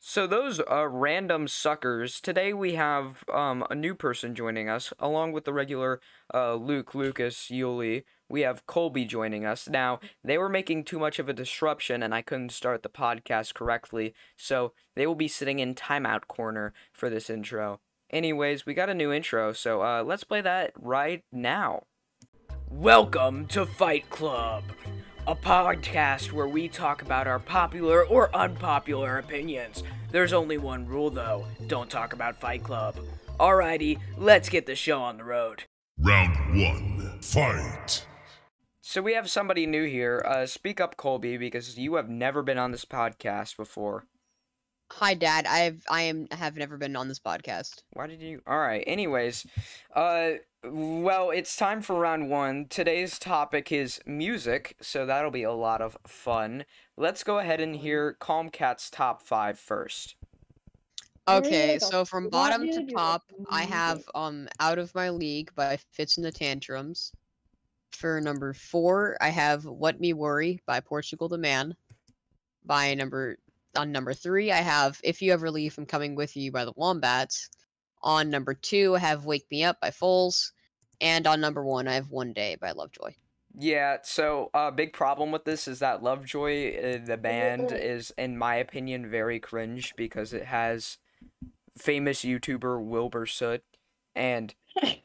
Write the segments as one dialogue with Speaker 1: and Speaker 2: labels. Speaker 1: So those uh, random suckers. Today we have um, a new person joining us, along with the regular uh, Luke, Lucas, Yuli. We have Colby joining us now. They were making too much of a disruption, and I couldn't start the podcast correctly, so they will be sitting in timeout corner for this intro. Anyways, we got a new intro, so uh, let's play that right now. Welcome to Fight Club, a podcast where we talk about our popular or unpopular opinions. There's only one rule though don't talk about Fight Club. Alrighty, let's get the show on the road.
Speaker 2: Round one, fight.
Speaker 1: So we have somebody new here. Uh, speak up, Colby, because you have never been on this podcast before.
Speaker 3: Hi, Dad. I've I am have never been on this podcast.
Speaker 1: Why did you? All right. Anyways, uh, well, it's time for round one. Today's topic is music, so that'll be a lot of fun. Let's go ahead and hear Calm Cat's top five first.
Speaker 4: Where do you
Speaker 3: Okay,
Speaker 4: go?
Speaker 3: so from
Speaker 4: What
Speaker 3: bottom
Speaker 4: do
Speaker 3: to
Speaker 4: you Mm-hmm.
Speaker 3: top, I
Speaker 4: recommend?
Speaker 3: have um Out of My League by Fits in the Tantrums. For number four, I have What Me Worry by Portugal the Man. By number on number three, I have If You Ever Leave, I'm Coming With You by the Wombats. On number two, I have Wake Me Up by Foles. And on number one, I have One Day by Lovejoy.
Speaker 1: Yeah, so a uh, big problem with this is that Lovejoy, uh, the band, is, in my opinion, very cringe because it has famous YouTuber Wilbur Soot, and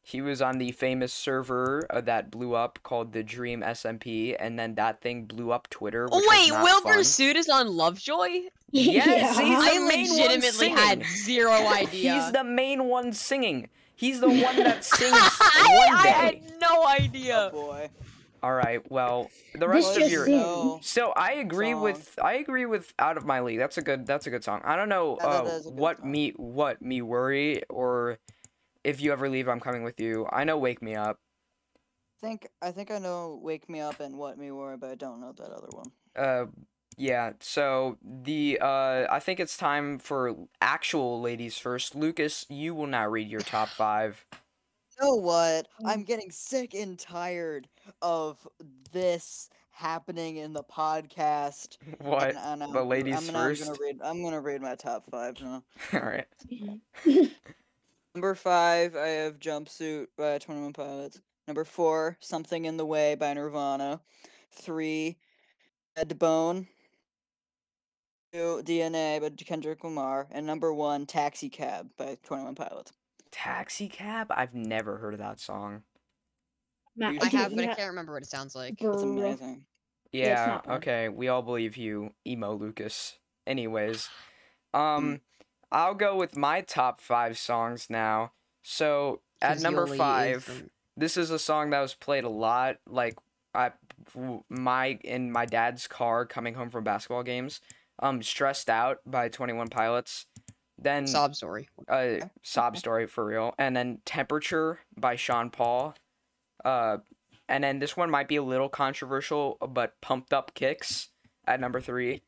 Speaker 1: he was on the famous server uh, that blew up called the Dream SMP, and then that thing blew up Twitter. Which
Speaker 3: Oh
Speaker 1: was
Speaker 3: wait,
Speaker 1: not
Speaker 3: Wilbur
Speaker 1: fun.
Speaker 3: Suit is on Lovejoy?
Speaker 1: Yes,
Speaker 4: Yeah.
Speaker 1: he's the
Speaker 3: I
Speaker 1: main one
Speaker 3: legitimately had
Speaker 1: singing.
Speaker 3: zero idea.
Speaker 1: He's the main one singing. He's the one that sings
Speaker 3: I,
Speaker 1: one
Speaker 3: I
Speaker 1: day.
Speaker 3: had no idea.
Speaker 5: Oh, boy.
Speaker 1: All right, well, the
Speaker 4: This
Speaker 1: rest of
Speaker 4: just
Speaker 1: your
Speaker 4: is-
Speaker 1: So I agree with I agree with Out of My League. That's a good that's a good song. I don't know
Speaker 5: That- that
Speaker 1: uh,
Speaker 5: is a good
Speaker 1: what
Speaker 5: song.
Speaker 1: me what me worry or if you ever leave I'm coming with you. I know Wake Me Up.
Speaker 5: I think I think I know "Wake Me Up" and "What Me Worry," but I don't know that other one.
Speaker 1: Uh yeah, so the uh I think it's time for actual ladies first. Lucas, you will not read your top 5.
Speaker 5: You know what? I'm getting sick and tired of this happening in the podcast.
Speaker 1: What?
Speaker 5: and- and I'm
Speaker 1: the
Speaker 5: gonna-
Speaker 1: ladies
Speaker 5: I'm not
Speaker 1: first?
Speaker 5: Gonna read, I'm gonna read my top five now.
Speaker 1: All right.
Speaker 4: Mm-hmm.
Speaker 5: Number five, I have "Jumpsuit" by Twenty One Pilots. Number four, "Something in the Way" by Nirvana. Three, "Dead to Bone." Two, DNA by Kendrick Lamar, and number one, Taxi Cab by Twenty One Pilots.
Speaker 1: Taxi Cab? I've never heard of that song.
Speaker 4: Matt,
Speaker 5: You
Speaker 3: I
Speaker 4: do
Speaker 3: have, but I
Speaker 4: not-
Speaker 3: can't remember what it sounds like.
Speaker 4: Bruh.
Speaker 5: That's amazing.
Speaker 4: Yeah, it's
Speaker 1: Yeah,
Speaker 4: not fun.
Speaker 1: okay, we all believe you, emo Lucas. Anyways, um I'll go with my top 5 songs now. So, at
Speaker 3: 'Cause
Speaker 1: number
Speaker 3: Yoli is
Speaker 1: 5,
Speaker 3: from-
Speaker 1: this is a song that was played a lot like I w- my in my dad's car coming home from basketball games. Um Stressed Out by 21 Pilots. Then
Speaker 3: sob story.
Speaker 1: uh, sob story for real. And then Temperature by Sean Paul. Uh, and then this one might be a little controversial, but Pumped Up Kicks at number three.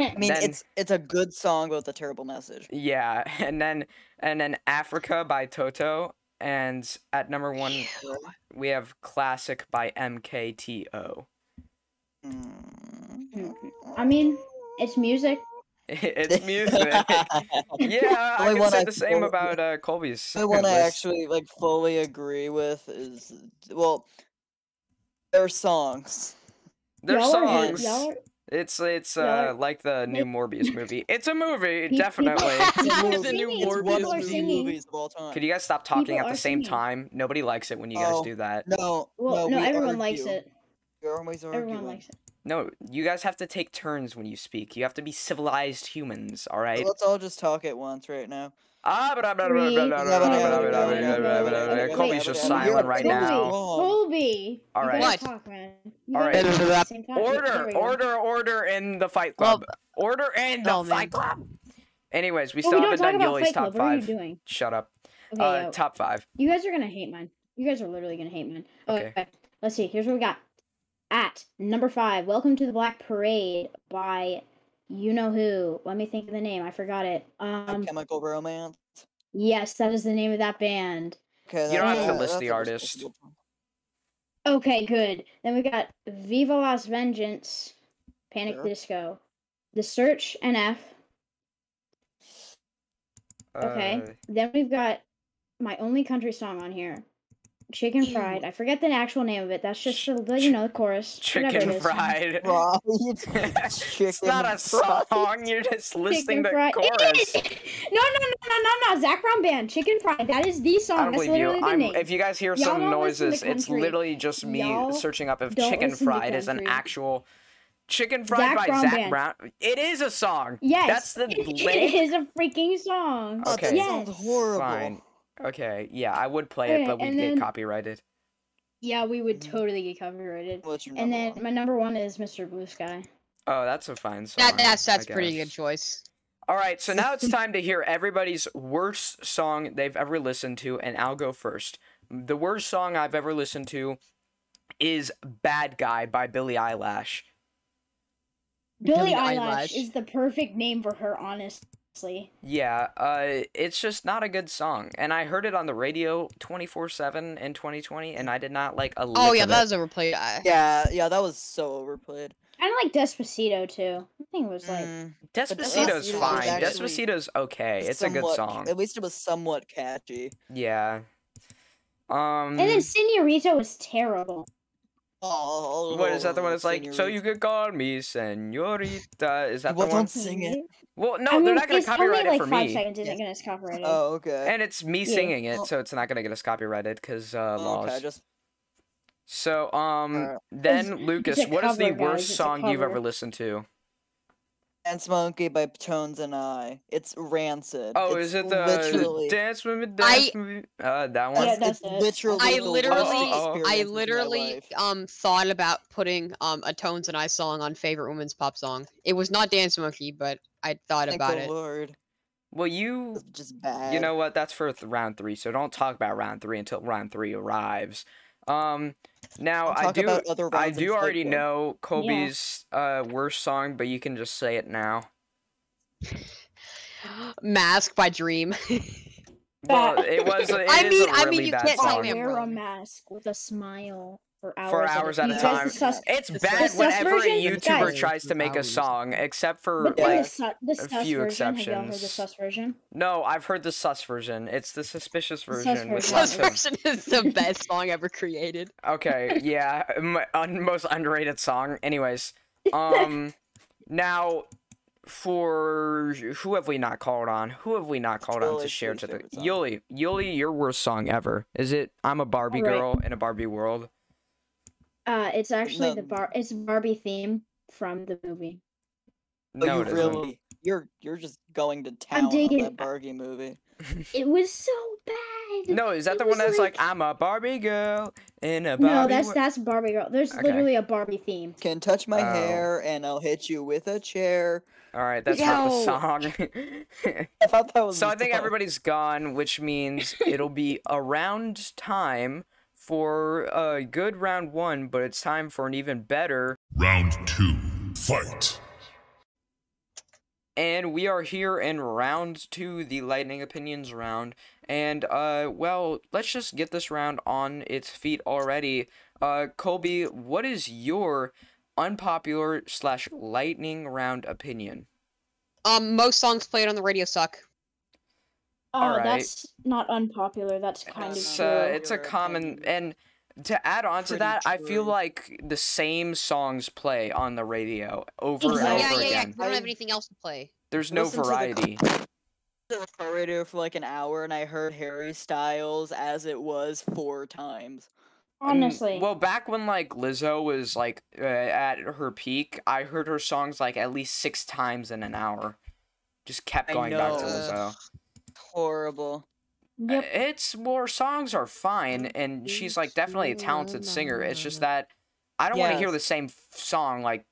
Speaker 5: I mean,
Speaker 1: Then-
Speaker 5: it's it's a good song, but with a terrible message.
Speaker 1: Yeah, and then and then Africa by Toto. And at number one, we have Classic by MKTO.
Speaker 5: Mm.
Speaker 4: Mm. I mean, it's music.
Speaker 1: it's music. yeah, I
Speaker 5: Only
Speaker 1: can
Speaker 5: one
Speaker 1: say
Speaker 5: I
Speaker 1: the
Speaker 5: can
Speaker 1: same
Speaker 5: go-
Speaker 1: about uh, Colby's.
Speaker 5: The one I
Speaker 1: list.
Speaker 5: actually like fully agree with is well, their songs.
Speaker 1: Their
Speaker 4: Y'all are-
Speaker 1: songs.
Speaker 4: y'all are-
Speaker 1: It's it's
Speaker 4: Yeah.
Speaker 1: uh like the new Morbius movie. It's a movie,
Speaker 4: Pe-
Speaker 1: definitely.
Speaker 4: people-
Speaker 3: It's a
Speaker 4: people
Speaker 3: new-
Speaker 4: are
Speaker 3: it's a new Morbius
Speaker 4: singing,
Speaker 5: It's one
Speaker 4: people
Speaker 5: of
Speaker 4: are
Speaker 5: the
Speaker 4: singing.
Speaker 5: movies of all time.
Speaker 1: Could you guys stop talking
Speaker 4: People
Speaker 1: at the
Speaker 4: are
Speaker 1: same
Speaker 4: singing.
Speaker 1: time? Nobody likes it when you guys
Speaker 5: Oh.
Speaker 1: do that.
Speaker 5: No,
Speaker 4: Well, no,
Speaker 5: no, we
Speaker 4: everyone likes
Speaker 5: argue.
Speaker 4: it.
Speaker 5: You're always arguing.
Speaker 4: Everyone likes it.
Speaker 1: No, you guys have to take turns when you speak. You have to be civilized humans, all right?
Speaker 5: Let's all just talk at once right now.
Speaker 1: Ah, blah, blah, blah,
Speaker 4: Three,
Speaker 1: blah, blah, blah, blah, blah, blah, blah,
Speaker 4: two,
Speaker 1: blah, blah, blah, blah, blah.
Speaker 4: wait,
Speaker 1: Colby's just
Speaker 4: wait,
Speaker 1: silent
Speaker 4: wait,
Speaker 1: right
Speaker 4: wait,
Speaker 1: now.
Speaker 4: Colby.
Speaker 1: All
Speaker 4: you
Speaker 1: right.
Speaker 4: gotta
Speaker 3: What?
Speaker 4: Talk, man. You
Speaker 1: All
Speaker 4: gotta
Speaker 3: right.
Speaker 4: talk at the same time. There
Speaker 1: Order,
Speaker 4: we go.
Speaker 1: order, order in the Fight
Speaker 3: Well,
Speaker 1: Club. Order in the
Speaker 3: oh, man.
Speaker 1: Fight Club. Anyways, we
Speaker 4: Well,
Speaker 1: still
Speaker 4: we don't
Speaker 1: haven't done
Speaker 4: talk about
Speaker 1: Yuli's
Speaker 4: Fight
Speaker 1: top
Speaker 4: Club. What are you
Speaker 1: five.
Speaker 4: doing?
Speaker 1: Shut up.
Speaker 4: Okay, oh.
Speaker 1: Uh,
Speaker 4: yo,
Speaker 1: top five.
Speaker 4: you guys are gonna hate mine. You guys are literally gonna hate mine. Oh, Okay.
Speaker 1: Okay.
Speaker 4: Let's see. Here's what we got. At number five, "Welcome to the Black Parade" by you know who. Let me think of the name. I forgot it.
Speaker 5: A
Speaker 4: Um.
Speaker 5: Chemical Romance.
Speaker 4: Yes, that is the name of that band.
Speaker 5: Okay,
Speaker 1: You don't
Speaker 5: that's
Speaker 4: have
Speaker 5: a-
Speaker 4: to
Speaker 5: that's
Speaker 1: list
Speaker 5: a
Speaker 1: the
Speaker 5: respectable
Speaker 1: artist.
Speaker 5: song.
Speaker 4: Okay, good. Then we got Viva Las Vengeance, Panic
Speaker 5: Sure.
Speaker 4: Disco, The Search NF, Okay.
Speaker 1: Uh,
Speaker 4: Then we've got my only country song on here. Chicken
Speaker 3: Ew.
Speaker 4: fried. I forget the actual name of it. That's just the, the, you know the chorus. whatever it
Speaker 1: chicken
Speaker 4: is.
Speaker 1: fried.
Speaker 5: Right.
Speaker 1: it's not a
Speaker 5: fried.
Speaker 1: song. You're just listing
Speaker 4: Chicken
Speaker 1: the
Speaker 4: fried. It
Speaker 1: chorus.
Speaker 4: is. No, no, no, no, no, no. Zach Brown Band. Chicken fried. That is the
Speaker 1: I
Speaker 4: song.
Speaker 1: don't
Speaker 4: That's
Speaker 1: believe you.
Speaker 4: literally the
Speaker 1: I'm,
Speaker 4: name.
Speaker 1: if you guys hear
Speaker 4: Y'all
Speaker 1: some
Speaker 4: don't listen to
Speaker 1: noises, it's
Speaker 4: country.
Speaker 1: literally just me
Speaker 4: Y'all
Speaker 1: searching up if
Speaker 4: don't
Speaker 1: chicken
Speaker 4: listen to
Speaker 1: fried is an
Speaker 4: country.
Speaker 1: actual chicken fried
Speaker 4: Zac
Speaker 1: by
Speaker 4: Brown
Speaker 1: Zach
Speaker 4: Band.
Speaker 1: Brown. It is a song.
Speaker 4: yes.
Speaker 1: That's the
Speaker 4: It
Speaker 1: lame-
Speaker 4: is a freaking song.
Speaker 5: Oh,
Speaker 1: Okay.
Speaker 5: That sounds
Speaker 4: Yes.
Speaker 5: horrible.
Speaker 1: Fine. Okay. Yeah, I would play it,
Speaker 4: Okay,
Speaker 1: but we'd
Speaker 4: and
Speaker 1: get
Speaker 4: then-
Speaker 1: copyrighted.
Speaker 4: Yeah, we would
Speaker 5: Mhm.
Speaker 4: totally get copyrighted.
Speaker 5: What's your
Speaker 4: And
Speaker 5: number
Speaker 4: then
Speaker 5: one?
Speaker 4: my number one is Mr. Blue Sky.
Speaker 1: Oh, that's a fine song.
Speaker 3: That, that's
Speaker 1: I
Speaker 3: that's pretty good
Speaker 1: guess.
Speaker 3: choice.
Speaker 1: All right, so now it's time to hear everybody's worst song they've ever listened to, and I'll go first. The worst song I've ever listened to is "Bad Guy" by Billie Eilish.
Speaker 4: Billie
Speaker 3: Billie
Speaker 4: Eilish
Speaker 3: Eilish.
Speaker 4: is the perfect name for her, honestly.
Speaker 1: Yeah, uh, it's just not a good song, and I heard it on the radio twenty four seven in twenty twenty, and I did not like a. Lick
Speaker 3: Oh yeah,
Speaker 1: of
Speaker 3: that
Speaker 1: it.
Speaker 3: was overplayed. I,
Speaker 5: Yeah, yeah, that was so overplayed.
Speaker 4: Kind of like Despacito too. I think it was like
Speaker 5: Mm,
Speaker 1: Despacito's
Speaker 5: Despacito was
Speaker 1: fine.
Speaker 5: actually
Speaker 1: Despacito's okay. It's a good
Speaker 5: somewhat-
Speaker 1: song.
Speaker 5: At least it was somewhat catchy.
Speaker 1: Yeah. Um.
Speaker 4: And then Senorita was terrible.
Speaker 5: Oh,
Speaker 1: Um, What is that the one that's like, so you
Speaker 5: senorita.
Speaker 1: could call me senorita? Is that
Speaker 5: Well,
Speaker 1: the one?
Speaker 5: don't sing it.
Speaker 1: Well, no,
Speaker 4: I mean,
Speaker 1: they're not going to
Speaker 4: it's
Speaker 1: copyright
Speaker 4: only
Speaker 1: it for
Speaker 4: like five
Speaker 1: me.
Speaker 4: seconds
Speaker 5: Yeah.
Speaker 4: isn't gonna copyrighted.
Speaker 5: Oh, okay.
Speaker 1: And it's me
Speaker 4: Yeah. Oh.
Speaker 1: singing it,
Speaker 5: Well-
Speaker 1: so it's not going to get us copyrighted because uh,
Speaker 5: Oh,
Speaker 1: laws.
Speaker 5: okay, just
Speaker 1: So, um,
Speaker 5: Alright.
Speaker 1: then,
Speaker 4: It's-
Speaker 1: Lucas,
Speaker 4: it's a
Speaker 1: what is the
Speaker 4: cover, guys,
Speaker 1: worst
Speaker 4: it's a
Speaker 1: song you've
Speaker 4: cover.
Speaker 1: ever listened to?
Speaker 5: Dance Monkey by Tones and I. It's rancid.
Speaker 1: Oh,
Speaker 5: It's
Speaker 1: is it the
Speaker 5: literally?
Speaker 1: Dance with Me,
Speaker 3: I-
Speaker 1: Dance with Me? Uh, that one?
Speaker 4: Yeah, that's
Speaker 5: That's, it's
Speaker 4: it.
Speaker 5: literally.
Speaker 3: I
Speaker 5: the
Speaker 3: literally-
Speaker 1: Oh,
Speaker 5: worst
Speaker 3: I
Speaker 5: experience of my
Speaker 3: literally
Speaker 5: life.
Speaker 3: um thought about putting um a Tones and I song on favorite women's pop song. It was not Dance Monkey, but I thought
Speaker 5: Thank
Speaker 3: about
Speaker 5: the
Speaker 3: it.
Speaker 5: Lord.
Speaker 1: Well, you.
Speaker 5: It's just bad.
Speaker 1: You know what? That's for th- round three, so don't talk about round three until round three arrives. Um, now,
Speaker 5: We'll
Speaker 1: I
Speaker 5: talk
Speaker 1: do.
Speaker 5: about other
Speaker 1: I
Speaker 5: rounds in
Speaker 1: do already
Speaker 5: Psycho.
Speaker 1: know Colby's uh, worst song, but you can just say it now.
Speaker 3: Mask by Dream.
Speaker 1: Well,
Speaker 4: But-
Speaker 1: it was. It
Speaker 3: I
Speaker 1: is
Speaker 3: mean-
Speaker 1: a
Speaker 3: I mean,
Speaker 1: really
Speaker 3: you
Speaker 1: bad
Speaker 3: can't
Speaker 4: I
Speaker 3: tell
Speaker 1: song.
Speaker 3: me I'm
Speaker 4: wear a
Speaker 3: wrong.
Speaker 4: mask with a smile for hours,
Speaker 1: For hours at a
Speaker 4: Because
Speaker 1: time.
Speaker 4: The sus-
Speaker 1: It's
Speaker 3: The
Speaker 1: bad
Speaker 3: sus
Speaker 1: whenever a
Speaker 4: version-
Speaker 1: YouTuber
Speaker 4: guys.
Speaker 1: tries to make a
Speaker 3: Hours.
Speaker 1: song, except for
Speaker 4: but then
Speaker 1: like.
Speaker 4: the, su- the sus
Speaker 1: few
Speaker 4: version. Have y'all heard the
Speaker 1: exceptions.
Speaker 4: sus version?
Speaker 1: No, I've heard the sus version. It's the suspicious
Speaker 4: The sus
Speaker 1: version with
Speaker 4: version.
Speaker 3: This
Speaker 1: lots of.
Speaker 3: version is the best song ever created.
Speaker 1: Okay, yeah, my un- most underrated song. Anyways, um, now for who have we not called on? Who have we not called on to
Speaker 5: Yuli's
Speaker 1: share
Speaker 5: least
Speaker 1: to the
Speaker 5: favorite song.
Speaker 1: Yuli? Yuli, your worst song ever is it? I'm a Barbie
Speaker 4: Alright.
Speaker 1: girl in a Barbie world.
Speaker 4: Uh, it's actually the
Speaker 5: No.
Speaker 4: bar. It's Barbie theme from the movie.
Speaker 5: But
Speaker 1: No,
Speaker 5: Oh, you
Speaker 1: it isn't.
Speaker 5: really, you're you're just going to town on
Speaker 4: digging-
Speaker 5: that Bargy movie.
Speaker 4: It was so bad.
Speaker 1: No, is that
Speaker 4: It
Speaker 1: the one
Speaker 4: was
Speaker 1: that's like,
Speaker 4: like-
Speaker 1: I'm a Barbie girl in a Barbie
Speaker 4: no, that's
Speaker 1: world?
Speaker 4: that's Barbie girl. There's
Speaker 1: Okay.
Speaker 4: literally a Barbie theme.
Speaker 5: Can touch my
Speaker 1: Oh.
Speaker 5: hair and I'll hit you with a chair.
Speaker 1: All right, that's not the
Speaker 3: Yo.
Speaker 1: song.
Speaker 5: I thought that was.
Speaker 1: so
Speaker 5: the
Speaker 1: I think
Speaker 5: song.
Speaker 1: everybody's gone, which means it'll be around time for a good round one, but it's time for an even better.
Speaker 2: Round two. Fight.
Speaker 1: And we are here in round two, the lightning opinions round. And uh, well, let's just get this round on its feet already. Uh, Colby, what is your unpopular slash lightning round opinion?
Speaker 3: Um, most songs played on the radio suck.
Speaker 4: Oh,
Speaker 1: Alright.
Speaker 4: that's not unpopular. That's kind of
Speaker 1: it's
Speaker 4: true.
Speaker 1: uh,
Speaker 5: true.
Speaker 1: it's a
Speaker 5: Your
Speaker 1: common
Speaker 5: opinion.
Speaker 1: and to add on to
Speaker 5: Pretty
Speaker 1: that, I feel
Speaker 5: true.
Speaker 1: like the same songs play on the radio over and
Speaker 4: Exactly.
Speaker 3: Yeah,
Speaker 1: over
Speaker 3: yeah, yeah. 'cause
Speaker 1: again.
Speaker 3: We don't have
Speaker 5: I-
Speaker 3: anything else to play.
Speaker 1: There's no
Speaker 5: Listen to the-
Speaker 1: variety.
Speaker 5: to the car radio for like an hour and I heard Harry Styles as it was four times.
Speaker 1: Mm,
Speaker 4: Honestly,
Speaker 1: well, back when like Lizzo was like uh, at her peak, I heard her songs like at least six times in an hour. Just kept
Speaker 5: I
Speaker 1: going back to
Speaker 5: know.
Speaker 1: Lizzo.
Speaker 5: Horrible.
Speaker 4: yep.
Speaker 1: It's more songs are fine, and she's like definitely a talented singer. It's just that I don't want to hear
Speaker 5: Yes.
Speaker 1: the same f- song like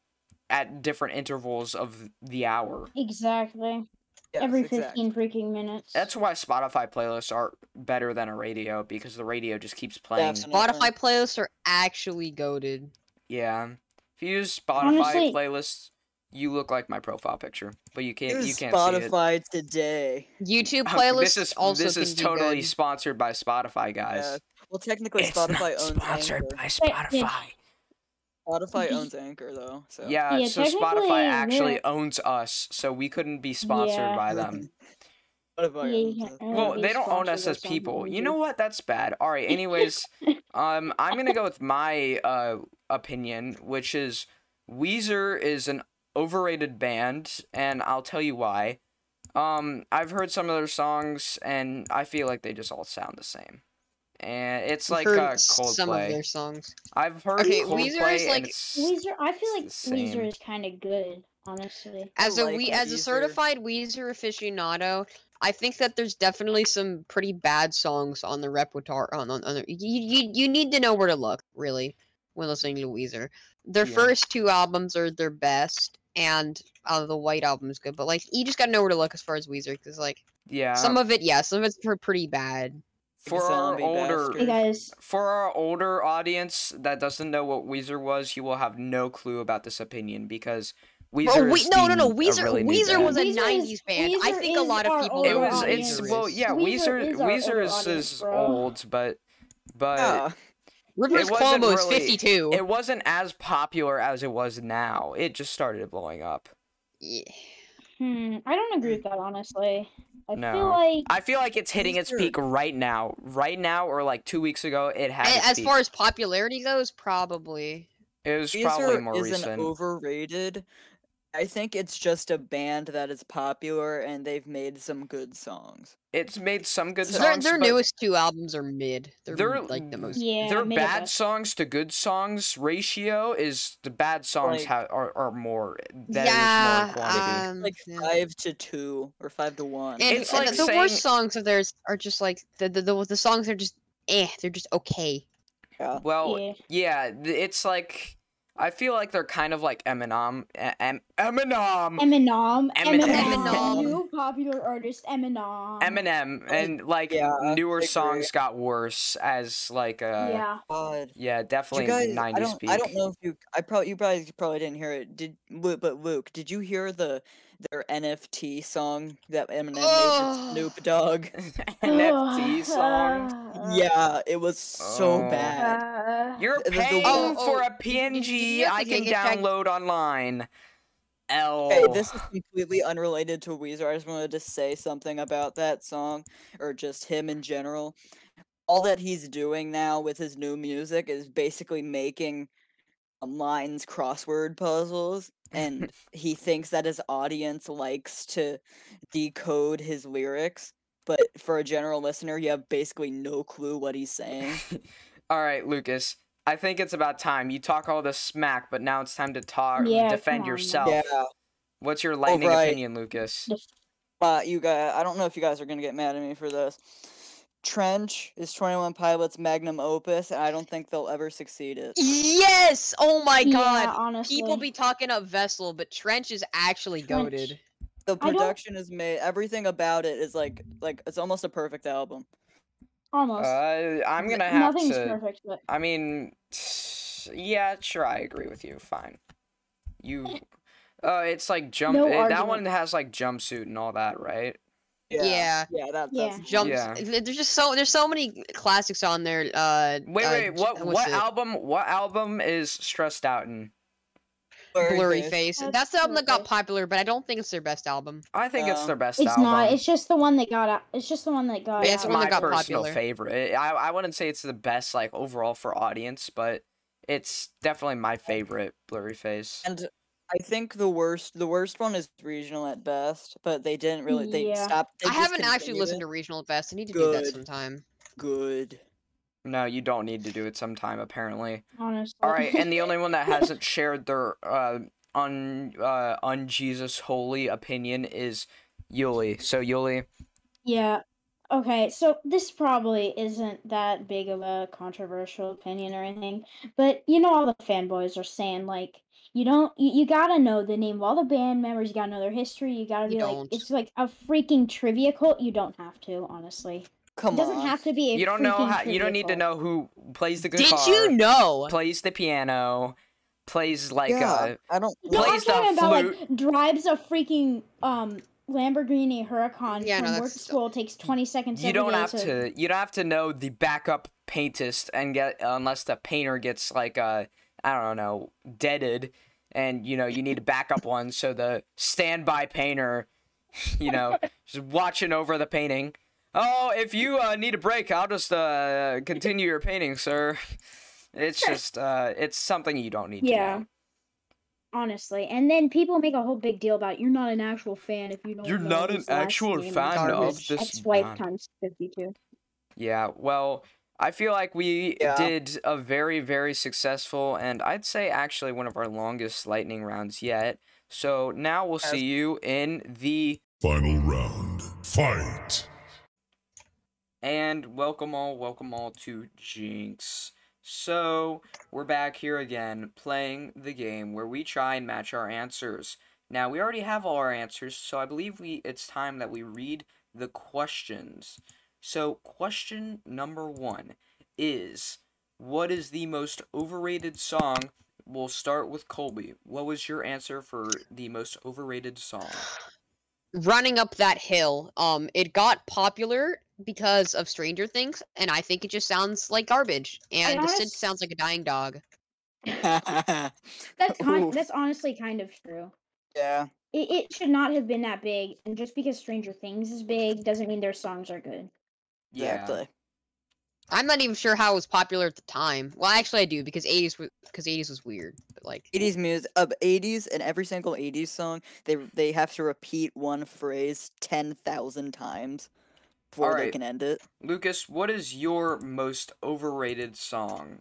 Speaker 1: at different intervals of the hour.
Speaker 4: Exactly.
Speaker 5: Yes,
Speaker 4: Every
Speaker 5: exact-
Speaker 4: fifteen freaking minutes.
Speaker 1: That's why Spotify playlists are better than a radio because the radio just keeps playing.
Speaker 5: Definitely.
Speaker 3: Spotify playlists are actually goaded.
Speaker 1: Yeah. If you use Spotify
Speaker 4: Honestly-
Speaker 1: playlists, you look like my profile picture, but you can't.
Speaker 5: Here's
Speaker 1: You can't see it.
Speaker 5: Spotify today.
Speaker 3: YouTube
Speaker 1: Oh,
Speaker 3: playlists
Speaker 1: this is
Speaker 3: also
Speaker 1: this
Speaker 3: can
Speaker 1: is
Speaker 3: be
Speaker 1: totally
Speaker 3: good.
Speaker 1: sponsored by Spotify, guys.
Speaker 5: Yeah. Well, technically, Spotify owns Anchor.
Speaker 4: Wait, did-
Speaker 5: Spotify
Speaker 4: Ye-
Speaker 5: owns Anchor though. So
Speaker 1: Yeah,
Speaker 4: Yeah,
Speaker 1: so Spotify
Speaker 4: technically,
Speaker 1: actually
Speaker 4: we're-
Speaker 1: owns us, so we couldn't be sponsored
Speaker 4: Yeah.
Speaker 1: by them.
Speaker 5: Spotify.
Speaker 4: Yeah,
Speaker 5: owns
Speaker 4: yeah,
Speaker 5: us.
Speaker 4: uh,
Speaker 1: Well,
Speaker 4: be
Speaker 1: they don't own
Speaker 4: sponsored
Speaker 1: us
Speaker 4: or
Speaker 1: as people.
Speaker 4: something,
Speaker 1: You know what? That's bad. All right. Anyways, um, I'm gonna go with my uh opinion, which is Weezer is an overrated band, and I'll tell you why. Um, I've heard some of their songs, and I feel like they just all sound the same. And it's
Speaker 3: I've
Speaker 1: like
Speaker 3: heard
Speaker 1: uh, Coldplay.
Speaker 3: some of their songs.
Speaker 1: I've heard
Speaker 3: Okay,
Speaker 1: Coldplay.
Speaker 3: Weezer is,
Speaker 1: and
Speaker 3: like,
Speaker 1: it's-
Speaker 4: Weezer, I feel like
Speaker 1: It's the same.
Speaker 4: Weezer is kind of good, honestly.
Speaker 5: I
Speaker 3: As a
Speaker 5: like
Speaker 3: we as a
Speaker 5: Weezer.
Speaker 3: certified Weezer aficionado, I think that there's definitely some pretty bad songs on the repertoire. On, on, on the, you, you you need to know where to look really when listening to Weezer. Their
Speaker 1: Yeah.
Speaker 3: first two albums are their best, and uh, the White album's good. But like, you just gotta know where to look as far as Weezer, because like
Speaker 1: yeah.
Speaker 3: some of it, yeah, some of it's pre- pretty bad.
Speaker 1: for our
Speaker 5: Zombie
Speaker 1: older
Speaker 5: bastard.
Speaker 4: Hey guys,
Speaker 1: for our older audience that doesn't know what Weezer was, you will have no clue about this opinion because Weezer.
Speaker 3: Bro, we,
Speaker 1: is
Speaker 3: no, no,
Speaker 1: the-
Speaker 3: no.
Speaker 1: a
Speaker 3: Weezer,
Speaker 1: really new
Speaker 3: Weezer
Speaker 1: band.
Speaker 3: was a
Speaker 4: Weezer is-
Speaker 3: '90s band. I
Speaker 4: Weezer
Speaker 3: think a
Speaker 4: is
Speaker 3: lot of
Speaker 4: our
Speaker 3: people.
Speaker 4: older
Speaker 1: It
Speaker 3: know
Speaker 1: was.
Speaker 3: who
Speaker 4: audience.
Speaker 1: It's
Speaker 3: Weezer
Speaker 1: well,
Speaker 3: is.
Speaker 1: yeah.
Speaker 4: Weezer
Speaker 1: Weezer.
Speaker 4: is our
Speaker 1: Weezer
Speaker 4: older
Speaker 1: is,
Speaker 4: audience,
Speaker 1: is
Speaker 4: bro.
Speaker 1: old, but but
Speaker 5: Ah,
Speaker 3: Rivers
Speaker 1: wasn't
Speaker 3: Cuomo is
Speaker 1: really-
Speaker 3: 52.
Speaker 1: it wasn't as popular as it was now. It just started blowing up.
Speaker 3: Yeah.
Speaker 4: hmm, I don't agree with that, honestly. I
Speaker 1: No.
Speaker 4: feel like
Speaker 1: I feel like it's hitting its
Speaker 5: Weezer-
Speaker 1: peak right now. Right now, or like two weeks ago, it had.
Speaker 3: A-
Speaker 1: its
Speaker 3: as
Speaker 1: peak.
Speaker 3: far as popularity goes, probably.
Speaker 1: it was probably
Speaker 5: Weezer
Speaker 1: more
Speaker 5: is
Speaker 1: recent.
Speaker 5: an overrated. I think it's just a band that is popular and they've made some good songs.
Speaker 1: it's made some good
Speaker 3: their
Speaker 1: songs.
Speaker 3: their
Speaker 1: but-
Speaker 3: newest two albums are mid. They're,
Speaker 1: They're
Speaker 3: m- like the most.
Speaker 4: yeah,
Speaker 1: their
Speaker 4: mid of
Speaker 1: bad
Speaker 4: us.
Speaker 1: songs to good songs ratio is the bad songs
Speaker 5: Like-
Speaker 1: ha- are, are more Mm, that is more
Speaker 3: yeah,
Speaker 1: in quantity.
Speaker 3: um,
Speaker 5: Like
Speaker 3: yeah.
Speaker 5: five to two or five to one.
Speaker 3: And,
Speaker 1: It's
Speaker 3: and
Speaker 1: like
Speaker 3: the worst
Speaker 1: saying-
Speaker 3: songs of theirs are just like the the, the the songs are just eh. They're just okay.
Speaker 5: Yeah.
Speaker 1: well,
Speaker 4: yeah.
Speaker 1: yeah. th it's like I feel like they're kind of like Eminem, E- em- Eminem,
Speaker 4: Eminem,
Speaker 1: Emin-
Speaker 3: Eminem.
Speaker 4: new popular artist Eminem.
Speaker 1: Eminem, and like
Speaker 5: Yeah,
Speaker 1: newer
Speaker 5: agree.
Speaker 1: songs got worse as like uh yeah,
Speaker 4: yeah,
Speaker 5: God. Did
Speaker 1: definitely
Speaker 5: you guys, I
Speaker 1: 90s
Speaker 5: don't,
Speaker 1: peak.
Speaker 5: I don't know if you, I probably, you probably, probably didn't hear it. Did, Lu- but Luke, did you hear the their NFT song that Eminem made
Speaker 3: Ugh.
Speaker 5: with
Speaker 4: Oh.
Speaker 5: Snoop Dogg?
Speaker 1: NFT
Speaker 4: Ugh,
Speaker 1: songs.
Speaker 4: uh,
Speaker 5: yeah, it was so
Speaker 1: Oh.
Speaker 4: uh,
Speaker 5: bad.
Speaker 1: You're
Speaker 5: the- the
Speaker 1: paying
Speaker 3: one-
Speaker 1: for
Speaker 3: Oh,
Speaker 1: a
Speaker 3: oh, did- did
Speaker 1: PNG
Speaker 3: you have
Speaker 1: I
Speaker 3: to get-
Speaker 1: can
Speaker 3: get back-
Speaker 1: download online. L.
Speaker 5: Okay, this is completely unrelated to Weezer. I just wanted to say something about that song, or just him in general. All that he's doing now with his new music is basically making um, lines crossword puzzles, and he thinks that his audience likes to decode his lyrics. But for a general listener, you have basically no clue what he's saying.
Speaker 1: all right, Lucas. I think it's about time you talk all this smack, but now it's time to talk
Speaker 4: Yeah, come
Speaker 1: defend
Speaker 4: on,
Speaker 1: yourself.
Speaker 5: yeah,
Speaker 1: What's your lightning
Speaker 5: right.
Speaker 1: opinion, Lucas?
Speaker 4: just-
Speaker 5: but you guys, I don't know if you guys are gonna get mad at me for this. Trench is Twenty One Pilots' magnum opus, and I don't think they'll ever succeed it.
Speaker 3: Yes. Oh my
Speaker 4: yeah,
Speaker 3: god.
Speaker 4: honestly,
Speaker 3: People be talking up Vessel, but Trench is actually
Speaker 4: Trench.
Speaker 3: goaded.
Speaker 5: The
Speaker 4: I don't-
Speaker 5: production is made. Everything about it is like, like it's almost a perfect album.
Speaker 4: almost.
Speaker 1: Uh, I'm gonna
Speaker 4: N-
Speaker 1: have
Speaker 4: Nothing's
Speaker 1: to.
Speaker 4: perfect, but
Speaker 1: I mean, yeah, sure, I agree with you. Fine, you. Uh, it's like jump.
Speaker 4: No
Speaker 1: eh, that
Speaker 4: argument.
Speaker 1: one has like jumpsuit and all that, right?
Speaker 3: Yeah.
Speaker 5: yeah, that,
Speaker 4: Yeah.
Speaker 5: that's
Speaker 3: Jumps.
Speaker 1: Yeah.
Speaker 3: th- There's just so there's so many classics on there. Uh,
Speaker 1: Wait,
Speaker 3: uh,
Speaker 1: wait,
Speaker 3: j-
Speaker 1: what?
Speaker 3: what's
Speaker 1: What
Speaker 3: it?
Speaker 1: album? What album is stressed out in?
Speaker 3: Blurry Face.
Speaker 4: That's
Speaker 3: That's the album that got
Speaker 4: Blurryface.
Speaker 3: popular, but I don't think it's their best album.
Speaker 1: I think it's
Speaker 5: No.
Speaker 1: their best
Speaker 4: it's
Speaker 1: album.
Speaker 4: not. It's just the one that got out. It's just the one that got
Speaker 3: Oh,
Speaker 1: it's
Speaker 3: Yeah, it's
Speaker 4: out.
Speaker 3: the one
Speaker 1: my
Speaker 3: that got
Speaker 1: personal
Speaker 3: popular.
Speaker 1: favorite. I I wouldn't say it's the best like overall for audience, but it's definitely my favorite blurry face.
Speaker 5: And I think the worst, the worst one is regional at best, but they didn't really. They
Speaker 4: Yeah.
Speaker 5: stopped. They
Speaker 3: I haven't actually listened to
Speaker 5: discontinued
Speaker 3: Regional Fest. I need to do that
Speaker 5: Good.
Speaker 3: sometime.
Speaker 5: it. Good.
Speaker 1: No, you don't need to do it sometime apparently.
Speaker 4: honestly.
Speaker 3: Oh.
Speaker 1: All right, and the only one that hasn't shared their uh un uh un Jesus holy opinion is Yuli. So Yuli,
Speaker 4: Yeah. Okay, so this probably isn't that big of a controversial opinion or anything, but you know all the fanboys are saying like you don't you, you gotta know the name of all the band members, you gotta know their history, you gotta
Speaker 3: You
Speaker 4: be like
Speaker 3: don't.
Speaker 4: it's like a freaking trivia cult. You don't have to, honestly.
Speaker 5: Come
Speaker 4: it doesn't
Speaker 5: on.
Speaker 4: have to be a
Speaker 1: you don't know
Speaker 4: freaking
Speaker 1: how you don't
Speaker 4: trivia
Speaker 1: need to
Speaker 4: cult.
Speaker 1: know who plays the guitar,
Speaker 3: Did you know?
Speaker 1: plays the piano, plays like
Speaker 5: yeah,
Speaker 1: uh
Speaker 5: I don't.
Speaker 4: No,
Speaker 5: like-
Speaker 4: I'm
Speaker 1: plays the
Speaker 4: talking about like drives a freaking um Lamborghini Huracan
Speaker 3: Yeah, no,
Speaker 4: from work
Speaker 3: that's-
Speaker 4: to school takes twenty seconds.
Speaker 1: you
Speaker 4: every
Speaker 1: don't
Speaker 4: day
Speaker 1: have to you don't have to know the backup paintist and get unless the painter gets like uh i don't know deaded and you know you need a backup one so the standby painter you know, just watching over the painting. Oh, if you uh, need a break, I'll just uh, continue your painting, sir. It's just, uh, it's something you don't need to
Speaker 4: Yeah.
Speaker 1: know.
Speaker 4: Honestly, and then people make a whole big deal about you're not an actual fan if you don't.
Speaker 1: You're
Speaker 4: know
Speaker 1: not
Speaker 4: his
Speaker 1: an
Speaker 4: last
Speaker 1: actual
Speaker 4: name is
Speaker 1: fan
Speaker 3: of
Speaker 4: garbage."
Speaker 1: this
Speaker 4: Ex-wife
Speaker 1: man."
Speaker 4: times fifty-two.
Speaker 1: Yeah, well, I feel like we
Speaker 5: Yeah.
Speaker 1: did a very, very successful and I'd say actually one of our longest lightning rounds yet. So now we'll
Speaker 5: Yes.
Speaker 1: see you in the
Speaker 2: Final round. Fight.
Speaker 1: And welcome all, welcome all to Jinx. So, we're back here again playing the game where we try and match our answers. Now, we already have all our answers, so I believe we it's time that we read the questions. So, question number 1 is what is the most overrated song? We'll start with Colby. What was your answer for the most overrated song?
Speaker 3: running up that hill. Um, it got popular because of Stranger Things, and I think it just sounds like garbage. And Sid
Speaker 4: honest-
Speaker 3: sounds like a dying dog.
Speaker 4: That's hon-
Speaker 5: Oof.
Speaker 4: that's honestly kind of true.
Speaker 5: yeah.
Speaker 4: It, it should not have been that big, and just because Stranger Things is big doesn't mean their songs are good.
Speaker 5: Exactly.
Speaker 3: I'm not even sure how it was popular at the time. Well, actually, I do because '80s because '80s was weird. But like,
Speaker 5: 80s music of 80s and every single 80s song they they have to repeat one phrase 10,000 times before they
Speaker 1: Alright.
Speaker 5: can end it.
Speaker 1: Lucas, what is your most overrated song?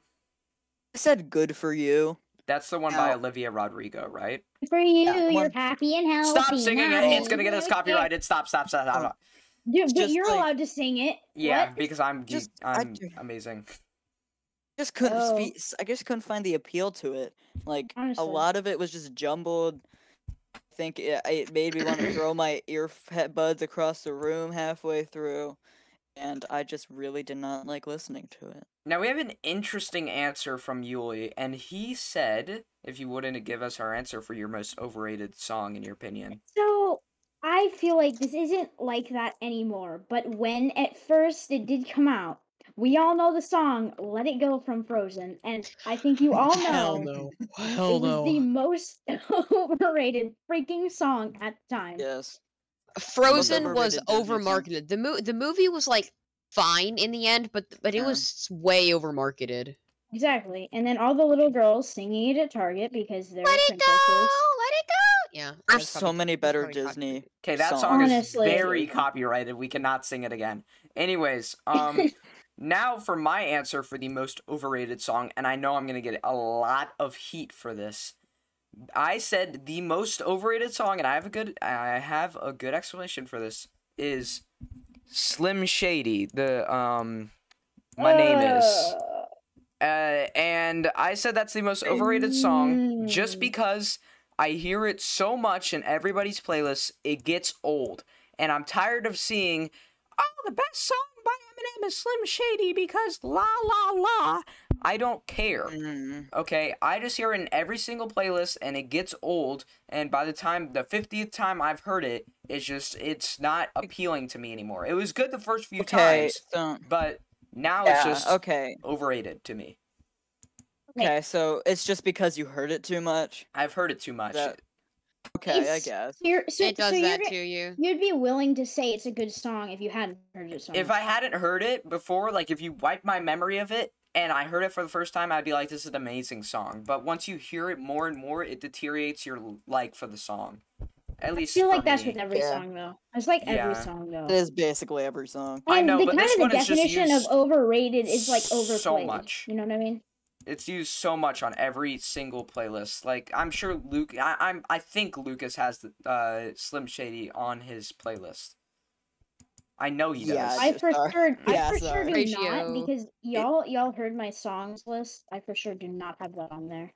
Speaker 5: I said good for you.
Speaker 1: That's the one by
Speaker 5: Now-
Speaker 1: Olivia Rodrigo, right?
Speaker 4: For you,
Speaker 5: one-
Speaker 4: you're happy and healthy.
Speaker 1: Stop singing it.
Speaker 4: naughty,
Speaker 1: It's gonna get us
Speaker 4: you're
Speaker 1: copyrighted. Stop, stop, stop. stop.
Speaker 5: Oh,
Speaker 4: good. Dude,
Speaker 5: It's
Speaker 4: but
Speaker 5: just
Speaker 4: you're
Speaker 5: like-
Speaker 4: allowed to sing it.
Speaker 1: yeah,
Speaker 4: What?
Speaker 1: because I'm de-
Speaker 5: Just- I
Speaker 1: I'm
Speaker 5: do-
Speaker 1: amazing.
Speaker 5: Just couldn't
Speaker 4: Oh.
Speaker 5: spe- I just couldn't find the appeal to it. Like
Speaker 4: Honestly.
Speaker 5: a lot of it was just jumbled. I think it, it made me want to throw my earbuds across the room halfway through and I just really did not like listening to it.
Speaker 1: Now we have an interesting answer from Yuli, and he said, if you wouldn't give us our answer for your most overrated song in your opinion.
Speaker 4: So I feel like this isn't like that anymore. But when at first it did come out, we all know the song "Let It Go" from Frozen, and I think you
Speaker 3: Oh,
Speaker 4: all know it
Speaker 3: Hell
Speaker 4: was the most overrated freaking song at the time.
Speaker 5: Yes.
Speaker 3: Frozen was
Speaker 5: overrated Disney
Speaker 3: over
Speaker 5: film.
Speaker 3: marketed. The mo- the movie was like fine in the end, but but it
Speaker 5: Yeah.
Speaker 3: was way over marketed.
Speaker 4: Exactly. And then all the little girls singing it at Target because they're
Speaker 3: Let it go, let it
Speaker 4: princesses.
Speaker 3: go. Yeah, that
Speaker 5: There's
Speaker 3: was
Speaker 5: so
Speaker 3: probably-
Speaker 5: many
Speaker 3: that was
Speaker 5: better
Speaker 3: probably
Speaker 5: Disney
Speaker 3: copyrighted.
Speaker 1: Okay, that
Speaker 5: Song.
Speaker 1: song
Speaker 4: Honestly.
Speaker 1: is very copyrighted. We cannot sing it again. Anyways, um now for my answer for the most overrated song, and I know I'm gonna get a lot of heat for this. I said the most overrated song, and I have a good I have a good explanation for this is Slim Shady. The um, my name is.
Speaker 4: Uh,
Speaker 1: Uh, and I said that's the most overrated song just
Speaker 4: Mm.
Speaker 1: because I hear it so much in everybody's playlists, it gets old. And I'm tired of seeing, oh, the best song by Eminem is Slim Shady because la la la. I don't care.
Speaker 5: Mm.
Speaker 1: Okay, I just hear it in every single playlist and it gets old and by the time the 50th time I've heard it, it's just it's not appealing to me anymore. It was good the first few
Speaker 5: Okay,
Speaker 1: times,
Speaker 5: so
Speaker 1: but now
Speaker 5: yeah,
Speaker 1: it's just
Speaker 5: okay,
Speaker 1: overrated to me.
Speaker 4: Wait.
Speaker 5: okay. So it's just because you heard it too much.
Speaker 1: I've heard it too much.
Speaker 5: That- Okay, I
Speaker 4: It's-
Speaker 5: guess.
Speaker 4: you're, so,
Speaker 3: It does
Speaker 4: so
Speaker 3: that
Speaker 4: you're,
Speaker 3: to you.
Speaker 4: You'd be willing to say it's a good song if you hadn't heard the song.
Speaker 1: If I hadn't heard it before, like if you wiped my memory of it and I heard it for the first time, I'd be like this is an amazing song. But once you hear it more and more, it deteriorates your l- like for the song. At
Speaker 4: I
Speaker 1: least
Speaker 4: feel
Speaker 1: for
Speaker 4: like that's
Speaker 1: me.
Speaker 4: with every
Speaker 5: Yeah.
Speaker 4: song though. It's like every
Speaker 1: Yeah.
Speaker 4: song though.
Speaker 5: It is basically every song.
Speaker 1: I know,
Speaker 4: the
Speaker 1: but
Speaker 4: kind
Speaker 1: this
Speaker 4: of
Speaker 1: one
Speaker 4: the
Speaker 1: is just
Speaker 4: definition of
Speaker 1: used
Speaker 4: overrated is like
Speaker 1: so
Speaker 4: overplayed.
Speaker 1: much.
Speaker 4: You know what I mean?
Speaker 1: it's used so much on every single playlist. Like I'm sure Luke, I, I'm I think Lucas has the uh, Slim Shady on his playlist. I know he does.
Speaker 5: Yeah,
Speaker 4: I
Speaker 5: do-
Speaker 4: for
Speaker 5: sorry.
Speaker 4: sure,
Speaker 5: Yeah,
Speaker 4: I for sure
Speaker 5: sorry.
Speaker 4: do not
Speaker 3: Ratio.
Speaker 4: because y'all y'all heard my songs list. I for sure do not have that on there.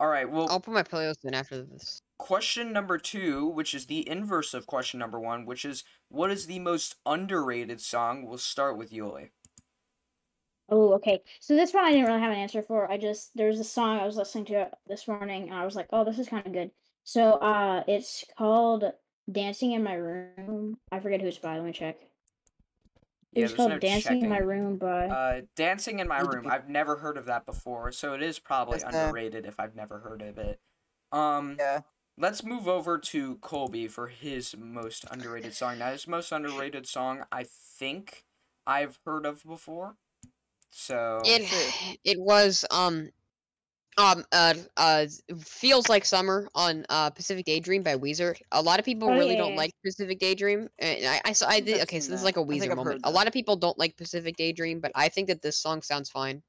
Speaker 1: All right, well,
Speaker 3: I'll put my playlist in after this.
Speaker 1: question number two, which is the inverse of question number one, which is what is the most underrated song? We'll start with Yuli.
Speaker 4: Oh, okay. So this one I didn't really have an answer for. I just there's a song I was listening to this morning and I was like, oh, this is kind of good. So uh it's called Dancing in My Room. I forget who it's by, let me check. It
Speaker 1: Yeah,
Speaker 4: was
Speaker 1: there's
Speaker 4: called
Speaker 1: no
Speaker 4: Dancing in My
Speaker 1: checking.
Speaker 4: Room by
Speaker 1: Uh, Dancing in My
Speaker 5: Need to
Speaker 1: Room.
Speaker 5: be-
Speaker 1: I've never heard of that before, so it is probably
Speaker 5: Yes, uh,
Speaker 1: underrated if I've never heard of it. Um,
Speaker 5: Yeah.
Speaker 1: Let's move over to Colby for his most underrated song. Now, his most underrated song, I think I've heard of before. So,
Speaker 3: It it was um um uh uh feels like summer on uh Pacific Daydream by Weezer. A lot of people
Speaker 4: Oh,
Speaker 3: really
Speaker 4: yeah,
Speaker 3: don't
Speaker 4: yeah.
Speaker 3: like Pacific Daydream, and I I, saw, I
Speaker 5: think
Speaker 3: did
Speaker 5: I've
Speaker 3: okay.
Speaker 5: seen
Speaker 3: So this is
Speaker 5: that.
Speaker 3: like a
Speaker 5: I think
Speaker 3: Weezer
Speaker 5: I've
Speaker 3: moment.
Speaker 5: heard
Speaker 3: A
Speaker 5: that.
Speaker 3: lot of people don't like Pacific Daydream, but I think that this song sounds fine.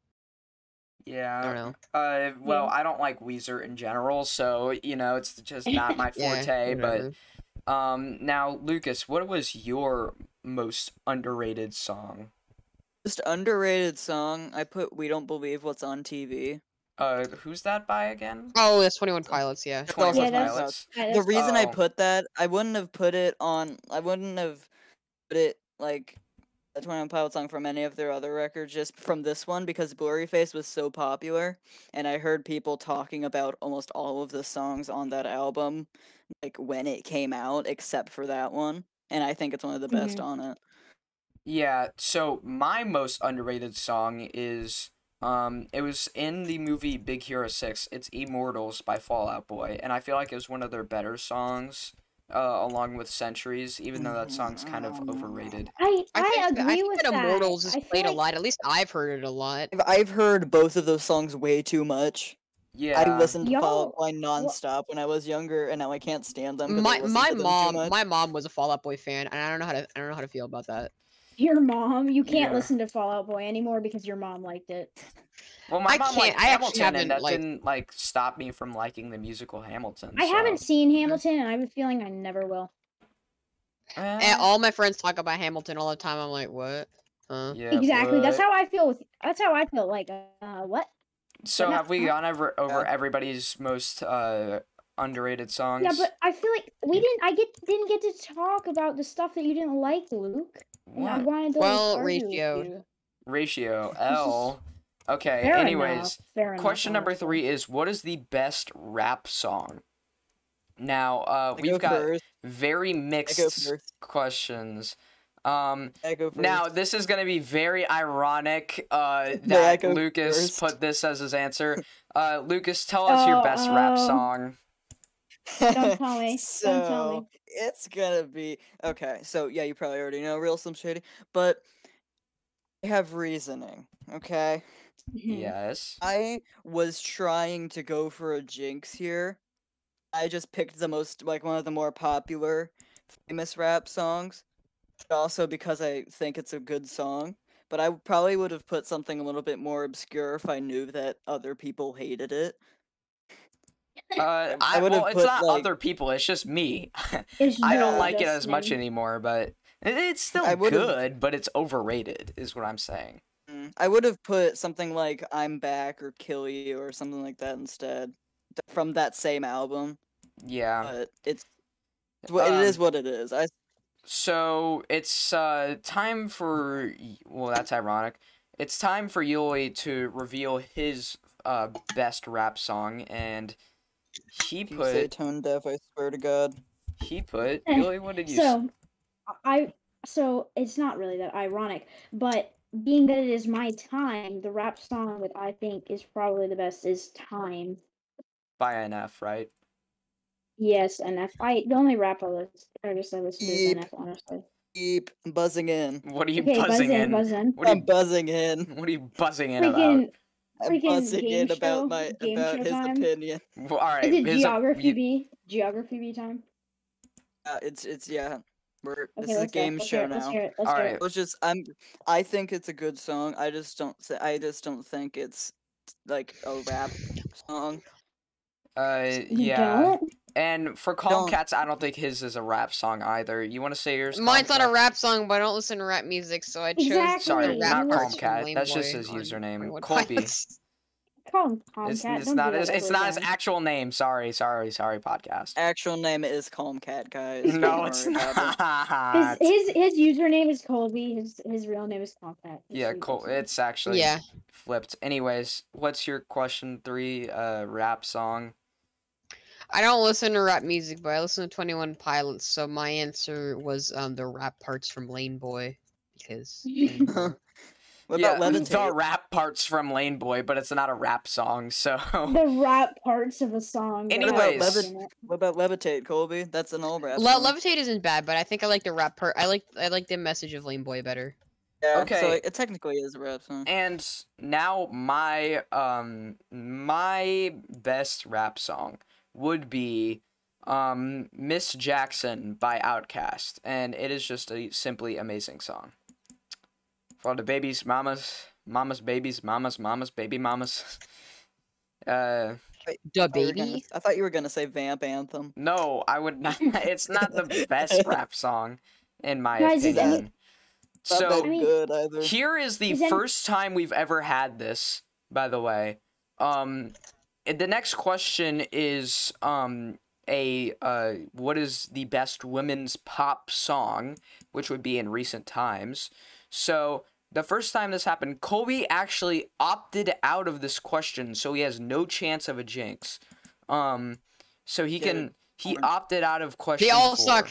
Speaker 3: I don't
Speaker 1: yeah.
Speaker 3: know.
Speaker 1: Uh, well,
Speaker 4: Yeah.
Speaker 1: I don't like Weezer in general, so, you know, it's just not my
Speaker 3: Yeah,
Speaker 1: forte. but,
Speaker 3: whatever.
Speaker 1: um, now, Lucas, what was your most underrated song?
Speaker 5: Just underrated song. I put "We Don't Believe What's on TV."
Speaker 1: Uh, who's that by again?
Speaker 3: oh, that's Twenty One Pilots. Yeah.
Speaker 1: 21
Speaker 4: Yeah, that's-
Speaker 1: Pilots.
Speaker 4: I
Speaker 5: the
Speaker 4: just-
Speaker 5: reason I
Speaker 1: Oh.
Speaker 5: put that, I wouldn't have put it on. I wouldn't have put it like a Twenty One Pilot song from any of their other records, just from this one because Blurry Face was so popular, and I heard people talking about almost all of the songs on that album, like when it came out, except for that one. And I think it's one of the best
Speaker 4: Mhm.
Speaker 5: on it.
Speaker 1: Yeah, so my most underrated song is um it was in the movie Big Hero 6. It's Immortals by Fallout Boy, and I feel like it was one of their better songs uh along with Centuries, even though that song's kind of overrated.
Speaker 4: I, I,
Speaker 3: think, that-
Speaker 4: agree
Speaker 3: I think
Speaker 4: with
Speaker 3: that Immortals
Speaker 4: that.
Speaker 3: is
Speaker 4: I feel
Speaker 3: played a
Speaker 4: like-
Speaker 3: lot. At least I've heard it a lot.
Speaker 5: I've- I've heard both of those songs way too much.
Speaker 1: Yeah.
Speaker 5: I listened to Fall
Speaker 4: Y'all-
Speaker 5: Out Boy nonstop when I was younger, and now I can't stand them. 'cause I
Speaker 3: My
Speaker 5: listen
Speaker 3: my
Speaker 5: to them too
Speaker 3: mom
Speaker 5: much.
Speaker 3: my mom was a Fallout Boy fan, and I don't know how to I don't know how to feel about that.
Speaker 4: Your mom, you can't
Speaker 1: Yeah.
Speaker 4: listen to Fallout Boy anymore because your mom liked it.
Speaker 1: Well, my
Speaker 3: I
Speaker 1: mom
Speaker 3: can't-
Speaker 1: liked
Speaker 3: I actually
Speaker 1: Hamilton,
Speaker 3: haven't,
Speaker 1: and that
Speaker 3: like-
Speaker 1: didn't like stop me from liking the musical Hamilton.
Speaker 4: I
Speaker 1: so-
Speaker 4: haven't seen Hamilton, and I have a feeling I never will.
Speaker 3: And
Speaker 1: Eh,
Speaker 3: all my friends talk about Hamilton all the time. I'm like, what? Huh?
Speaker 1: yeah,
Speaker 4: exactly. That's
Speaker 1: but-
Speaker 4: how I feel with. That's how I feel. Like, uh, what?
Speaker 1: So
Speaker 4: but not-
Speaker 1: have we gone over over
Speaker 5: Yeah.
Speaker 1: everybody's most uh underrated songs?
Speaker 4: Yeah, but I feel like we didn't. I get didn't get to talk about the stuff that you didn't like, Luke. And I
Speaker 1: What?
Speaker 4: wanted to. like,
Speaker 3: Well,
Speaker 4: argue with
Speaker 3: ratioed.
Speaker 4: you.
Speaker 1: ratio L. Okay,
Speaker 4: Fair
Speaker 1: anyways,
Speaker 4: enough, fair enough,
Speaker 1: question number
Speaker 4: honestly.
Speaker 1: 3 is what is the best rap song? Now, uh
Speaker 5: I
Speaker 1: we've
Speaker 5: go
Speaker 1: got
Speaker 5: first.
Speaker 1: very
Speaker 5: I go
Speaker 1: mixed
Speaker 5: first.
Speaker 1: questions. Um
Speaker 5: I go first.
Speaker 1: now this is going to be very ironic uh
Speaker 5: May I
Speaker 1: that
Speaker 5: go
Speaker 1: Lucas
Speaker 5: first?
Speaker 1: put this as his answer. Uh Lucas, tell us your
Speaker 4: Oh,
Speaker 1: best rap
Speaker 4: um,
Speaker 1: song.
Speaker 4: Don't tell me.
Speaker 5: so
Speaker 4: Don't tell me.
Speaker 5: it's gonna be okay. So yeah, you probably already know Real Slim Shady, but I have reasoning. Okay,
Speaker 4: Mm.
Speaker 1: Yes.
Speaker 5: I was trying to go for a jinx here. I just picked the most like one of the more popular, famous rap songs, but also because I think it's a good song. But I probably would have put something a little bit more obscure if I knew that other people hated it.
Speaker 1: Uh,
Speaker 5: I
Speaker 1: I,
Speaker 5: would've
Speaker 1: well, it's
Speaker 5: put,
Speaker 1: not
Speaker 5: like-
Speaker 1: other people. It's just me.
Speaker 4: It's
Speaker 1: I don't
Speaker 4: really
Speaker 1: like it
Speaker 4: just
Speaker 1: as much
Speaker 4: me.
Speaker 1: anymore, but it- it's still
Speaker 5: I would've-
Speaker 1: good. But it's overrated, is what I'm saying.
Speaker 5: Mm, I would have put something like "I'm Back" or "Kill You" or something like that instead, th- from that same album.
Speaker 1: Yeah.
Speaker 5: But it's it's what it is.
Speaker 1: Um,
Speaker 5: What it is. I
Speaker 1: So it's uh time for y- well, that's ironic. It's time for Yuli to reveal his uh best rap song, and he
Speaker 5: if you say
Speaker 1: put
Speaker 5: tone deaf. I swear to God.
Speaker 1: he put Yuli. What did you? s-
Speaker 4: So, I so it's not really that ironic, but being that it is my time, the rap song that I think is probably the best is "Time."
Speaker 1: by NF, right?
Speaker 4: Yes, NF. I the only rap I listen, artist I listen to is
Speaker 5: Yeep.
Speaker 4: NF. Honestly,
Speaker 5: Keep buzzing in.
Speaker 1: What are you
Speaker 4: okay, buzz
Speaker 1: buzzing
Speaker 4: in,
Speaker 1: in?
Speaker 4: buzz in.
Speaker 1: What are
Speaker 5: I'm
Speaker 1: you
Speaker 5: buzzing in.
Speaker 1: what are you buzzing in about?
Speaker 4: Freaking,
Speaker 5: I'm
Speaker 4: Freaking
Speaker 5: buzzing
Speaker 4: game
Speaker 5: in about
Speaker 4: show-
Speaker 5: my
Speaker 4: game
Speaker 5: about
Speaker 4: show
Speaker 5: his
Speaker 4: time.
Speaker 5: opinion.
Speaker 1: Well, all right.
Speaker 4: is it
Speaker 1: his op-
Speaker 4: geography
Speaker 1: you-
Speaker 4: B? Geography B time.
Speaker 5: Uh, it's it's yeah. We're
Speaker 4: Okay,
Speaker 5: this is a
Speaker 4: let's hear it,
Speaker 5: game
Speaker 4: let's
Speaker 5: show
Speaker 4: hear it, Let's
Speaker 5: now.
Speaker 4: hear it. Let's
Speaker 1: All
Speaker 4: hear
Speaker 1: right.
Speaker 4: it.
Speaker 5: Let's just I'm I think it's a good song. I just don't th- I just don't think it's like a rap song.
Speaker 1: Uh,
Speaker 4: You
Speaker 1: yeah.
Speaker 4: don't?
Speaker 1: And for Calm
Speaker 5: Don't.
Speaker 1: Cats, I don't think his is a rap song either. You want to say yours?
Speaker 3: Mine's
Speaker 1: Calm
Speaker 3: not a
Speaker 1: Cat?
Speaker 3: rap song, but I don't listen to rap music, so I chose
Speaker 4: Exactly.
Speaker 1: Sorry,
Speaker 4: Wait,
Speaker 1: not Calm
Speaker 4: what?
Speaker 3: parts from
Speaker 1: Cat. That's just
Speaker 3: Lameboy
Speaker 1: his
Speaker 3: on
Speaker 1: username,
Speaker 3: 21
Speaker 1: Colby.
Speaker 3: Pilots.
Speaker 4: Call him Tomcat.
Speaker 1: It's,
Speaker 4: Don't
Speaker 1: it's
Speaker 4: do
Speaker 1: not
Speaker 4: that
Speaker 1: his.
Speaker 4: ever
Speaker 1: It's not his
Speaker 4: again.
Speaker 1: actual name. Sorry, sorry, sorry. Podcast.
Speaker 5: Actual name is Calm Cat, guys.
Speaker 1: No,
Speaker 5: Don't
Speaker 1: it's
Speaker 5: worry about it.
Speaker 1: not.
Speaker 4: His his his username is Colby. His his real name is Tomcat. just
Speaker 1: Yeah,
Speaker 4: so you guys
Speaker 1: Col-
Speaker 4: know.
Speaker 1: it's actually
Speaker 3: Yeah.
Speaker 1: flipped. Anyways, what's your question three? Uh, rap song.
Speaker 3: I don't listen to rap music, but I listen to 21 Pilots, so my answer was um the rap parts from Lane Boy because Lane Boy.
Speaker 5: What
Speaker 1: yeah,
Speaker 5: about Levitate?
Speaker 1: the rap rap parts from Lane Boy, but it's not a rap song, so
Speaker 4: the rap parts of a song. that have
Speaker 1: Anyways.
Speaker 4: words in it.
Speaker 5: What about levitate, Colby? That's an old rap.
Speaker 3: Le-
Speaker 5: song.
Speaker 3: Levitate isn't bad, but I think I like the rap part. I like I like the message of Lame Boy better.
Speaker 5: Yeah,
Speaker 1: Okay.
Speaker 5: So it, it technically is a rap song.
Speaker 1: And now my um my best rap song would be um Miss Jackson by Outkast, and it is just a simply amazing song. For the babies, mamas, mamas, babies, mamas, mamas, baby mamas. Uh
Speaker 3: The
Speaker 5: I thought you were Oh, gonna-
Speaker 3: baby.
Speaker 5: I thought you were gonna say vamp anthem.
Speaker 1: no, I would not. It's not the best rap song in my
Speaker 4: Guys, is any-
Speaker 1: opinion.
Speaker 5: Not
Speaker 1: So
Speaker 5: that
Speaker 4: I mean,
Speaker 5: good either.
Speaker 1: Here is the
Speaker 4: Is any-
Speaker 1: first time we've ever had this, by the way. Um, and the next question is um a uh what is the best women's pop song, which would be in recent times. So the first time this happened, Colby actually opted out of this question, so he has no chance of a jinx. Um, so he
Speaker 5: Get
Speaker 1: can
Speaker 5: it.
Speaker 1: he
Speaker 5: Orange.
Speaker 1: opted out of question.
Speaker 3: They all
Speaker 1: four.
Speaker 3: suck.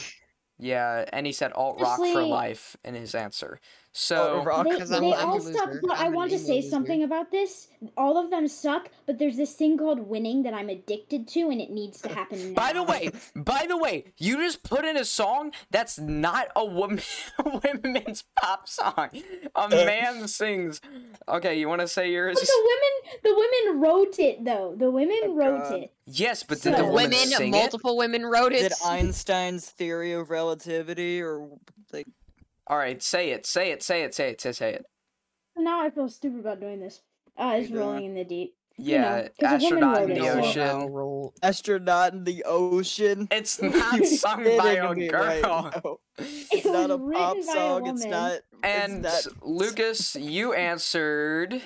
Speaker 1: Yeah, and he said alt rock for
Speaker 4: Honestly-
Speaker 1: life in his answer.
Speaker 5: Oh,
Speaker 1: So
Speaker 5: rock.
Speaker 4: They,
Speaker 3: 'cause I'm-
Speaker 4: they
Speaker 3: I'm a
Speaker 4: all suck,
Speaker 3: loser.
Speaker 4: but I
Speaker 3: I'm an
Speaker 4: want to
Speaker 3: emo
Speaker 4: say
Speaker 3: loser.
Speaker 4: something about this. All of them suck, but there's this thing called winning that I'm addicted to, and it needs to happen.
Speaker 1: By the
Speaker 4: now.
Speaker 1: way, by the way, you just put in a song that's not a woman women's pop song. A
Speaker 5: Uh.
Speaker 1: man sings. Okay, you want to say yours?
Speaker 4: But the women, the women wrote it though. The women
Speaker 5: Oh,
Speaker 4: wrote
Speaker 5: God.
Speaker 4: it.
Speaker 1: Yes, but did
Speaker 4: So-
Speaker 1: the
Speaker 3: The
Speaker 4: woman
Speaker 1: woman
Speaker 3: women,
Speaker 1: sing it?
Speaker 3: multiple women wrote it.
Speaker 5: Did Einstein's theory of relativity or like
Speaker 1: All right, say it, say it, say it, say it, say it, say it.
Speaker 4: Now I feel stupid about doing this. Uh, it's
Speaker 5: You're doing
Speaker 4: rolling in the deep.
Speaker 1: Yeah,
Speaker 4: know, 'cause a woman
Speaker 1: astronaut
Speaker 4: wrote
Speaker 1: in
Speaker 4: it,
Speaker 1: the
Speaker 4: so-
Speaker 1: ocean.
Speaker 3: roll.
Speaker 5: astronaut in the ocean?
Speaker 1: It's not
Speaker 5: You
Speaker 1: sung
Speaker 5: kidding
Speaker 1: by a
Speaker 5: me
Speaker 1: girl.
Speaker 5: right now. It's
Speaker 4: was
Speaker 5: not a
Speaker 4: written
Speaker 5: pop
Speaker 4: by a
Speaker 5: song. It's
Speaker 4: woman.
Speaker 5: not.
Speaker 1: And
Speaker 5: it's not,
Speaker 1: Lucas, you answered.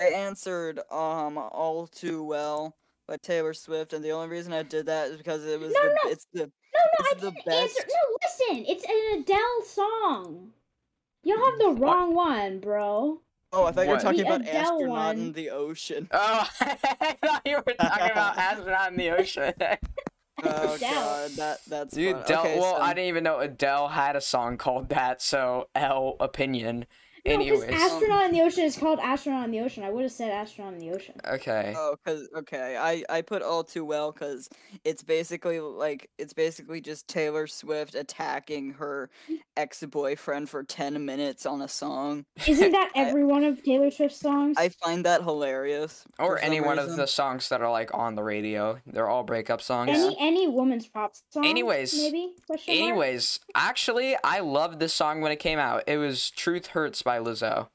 Speaker 5: I answered um all too well by Taylor Swift, and the only reason I did that is because it was
Speaker 4: No,
Speaker 5: the,
Speaker 4: no.
Speaker 5: it's the
Speaker 4: No, no,
Speaker 5: It's
Speaker 4: I
Speaker 5: the
Speaker 4: didn't answer.
Speaker 5: best.
Speaker 4: No, listen, it's an Adele song. Y'all have the
Speaker 1: What?
Speaker 4: wrong one, bro.
Speaker 5: oh I thought you were
Speaker 1: What?
Speaker 5: talking
Speaker 4: The
Speaker 5: about
Speaker 4: Adele
Speaker 5: astronaut in
Speaker 4: one.
Speaker 5: the ocean.
Speaker 1: Oh, I thought you were talking about astronaut in the ocean.
Speaker 5: Oh
Speaker 4: Adele.
Speaker 5: god, that that's
Speaker 1: You
Speaker 5: fun.
Speaker 1: Del-
Speaker 5: okay,
Speaker 1: well,
Speaker 5: so,
Speaker 1: I didn't even know Adele had a song called that. So L opinion.
Speaker 4: No, 'cause
Speaker 1: Anyways,
Speaker 4: astronaut in the ocean is called astronaut in the ocean. I would have said astronaut in the ocean.
Speaker 1: okay.
Speaker 5: Oh, cause okay, I I put all too well because it's basically like it's basically just Taylor Swift attacking her ex boyfriend for ten minutes on a song.
Speaker 4: Isn't that
Speaker 5: I-
Speaker 4: every one of Taylor Swift's songs?
Speaker 5: I find that hilarious.
Speaker 1: or
Speaker 5: for some
Speaker 1: any one of
Speaker 5: reason.
Speaker 1: the songs that are like on the radio. They're all breakup songs.
Speaker 4: any any woman's pop song?
Speaker 1: Anyways,
Speaker 4: maybe question mark?
Speaker 1: Anyways, actually, I loved this song when it came out. It was "Truth Hurts" by Lizzo.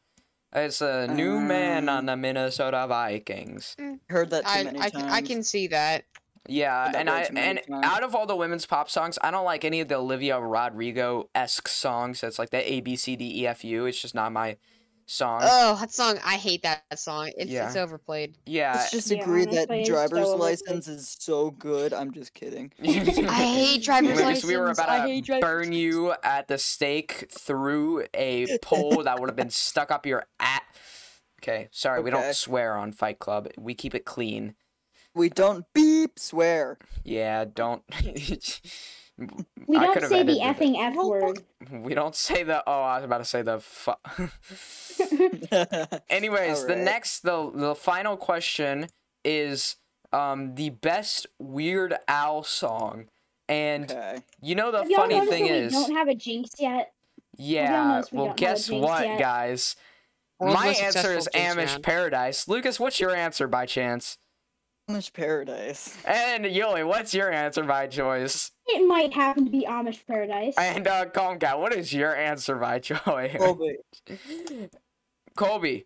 Speaker 1: It's a new man
Speaker 5: Um,
Speaker 1: on the Minnesota Vikings.
Speaker 5: heard that too
Speaker 3: I,
Speaker 5: many
Speaker 3: I, can-
Speaker 5: times.
Speaker 3: I can see that.
Speaker 1: Yeah,
Speaker 5: But that
Speaker 1: and I
Speaker 5: works many
Speaker 1: and
Speaker 5: times.
Speaker 1: out of all the women's pop songs, I don't like any of the Olivia Rodrigo esque songs. That's like the A B C D E F U. It's just not my song.
Speaker 3: Oh, that song. I hate that song. It's, it's
Speaker 1: Yeah.
Speaker 3: overplayed.
Speaker 1: yeah,
Speaker 5: Let's just
Speaker 4: Yeah,
Speaker 5: agree
Speaker 4: honestly,
Speaker 5: that
Speaker 4: it's
Speaker 5: driver's
Speaker 4: so overrated.
Speaker 5: license is so good. I'm just kidding.
Speaker 3: I hate driver's
Speaker 1: Lucas,
Speaker 3: license.
Speaker 1: we were
Speaker 3: I
Speaker 1: about
Speaker 3: hate
Speaker 1: to
Speaker 3: driver's
Speaker 1: burn
Speaker 3: license.
Speaker 1: you at the stake through a pole that would have been stuck up your at. Okay, sorry, we
Speaker 5: Okay.
Speaker 1: don't swear on Fight Club. We keep it clean.
Speaker 5: We don't beep swear.
Speaker 1: Yeah, don't.
Speaker 4: we
Speaker 1: I
Speaker 4: don't
Speaker 1: could've
Speaker 4: say the
Speaker 1: edited it.
Speaker 4: effing f word.
Speaker 1: We don't say the. Oh, I was about to say the. Fu- Anyways, the
Speaker 5: Alright.
Speaker 1: next, the the final question is um the best Weird Al song, and
Speaker 5: okay.
Speaker 1: you know the
Speaker 4: Have y'all
Speaker 1: funny
Speaker 4: noticed
Speaker 1: thing
Speaker 4: that we
Speaker 1: is,
Speaker 4: don't have a jinx yet?
Speaker 1: yeah.
Speaker 4: noticed we
Speaker 1: Well,
Speaker 4: don't have a
Speaker 1: guess
Speaker 4: jinx
Speaker 1: what,
Speaker 4: yet?
Speaker 1: guys?
Speaker 3: World's
Speaker 1: My
Speaker 3: most
Speaker 1: answer is Amish
Speaker 3: successful jinx man.
Speaker 1: Paradise. Lucas, what's your answer by chance?
Speaker 5: English paradise.
Speaker 1: And Yoli, what's your answer by choice?
Speaker 4: It might happen to be Amish Paradise.
Speaker 1: And uh, Comcat, what is your answer by choice?
Speaker 5: Colby.
Speaker 1: Colby,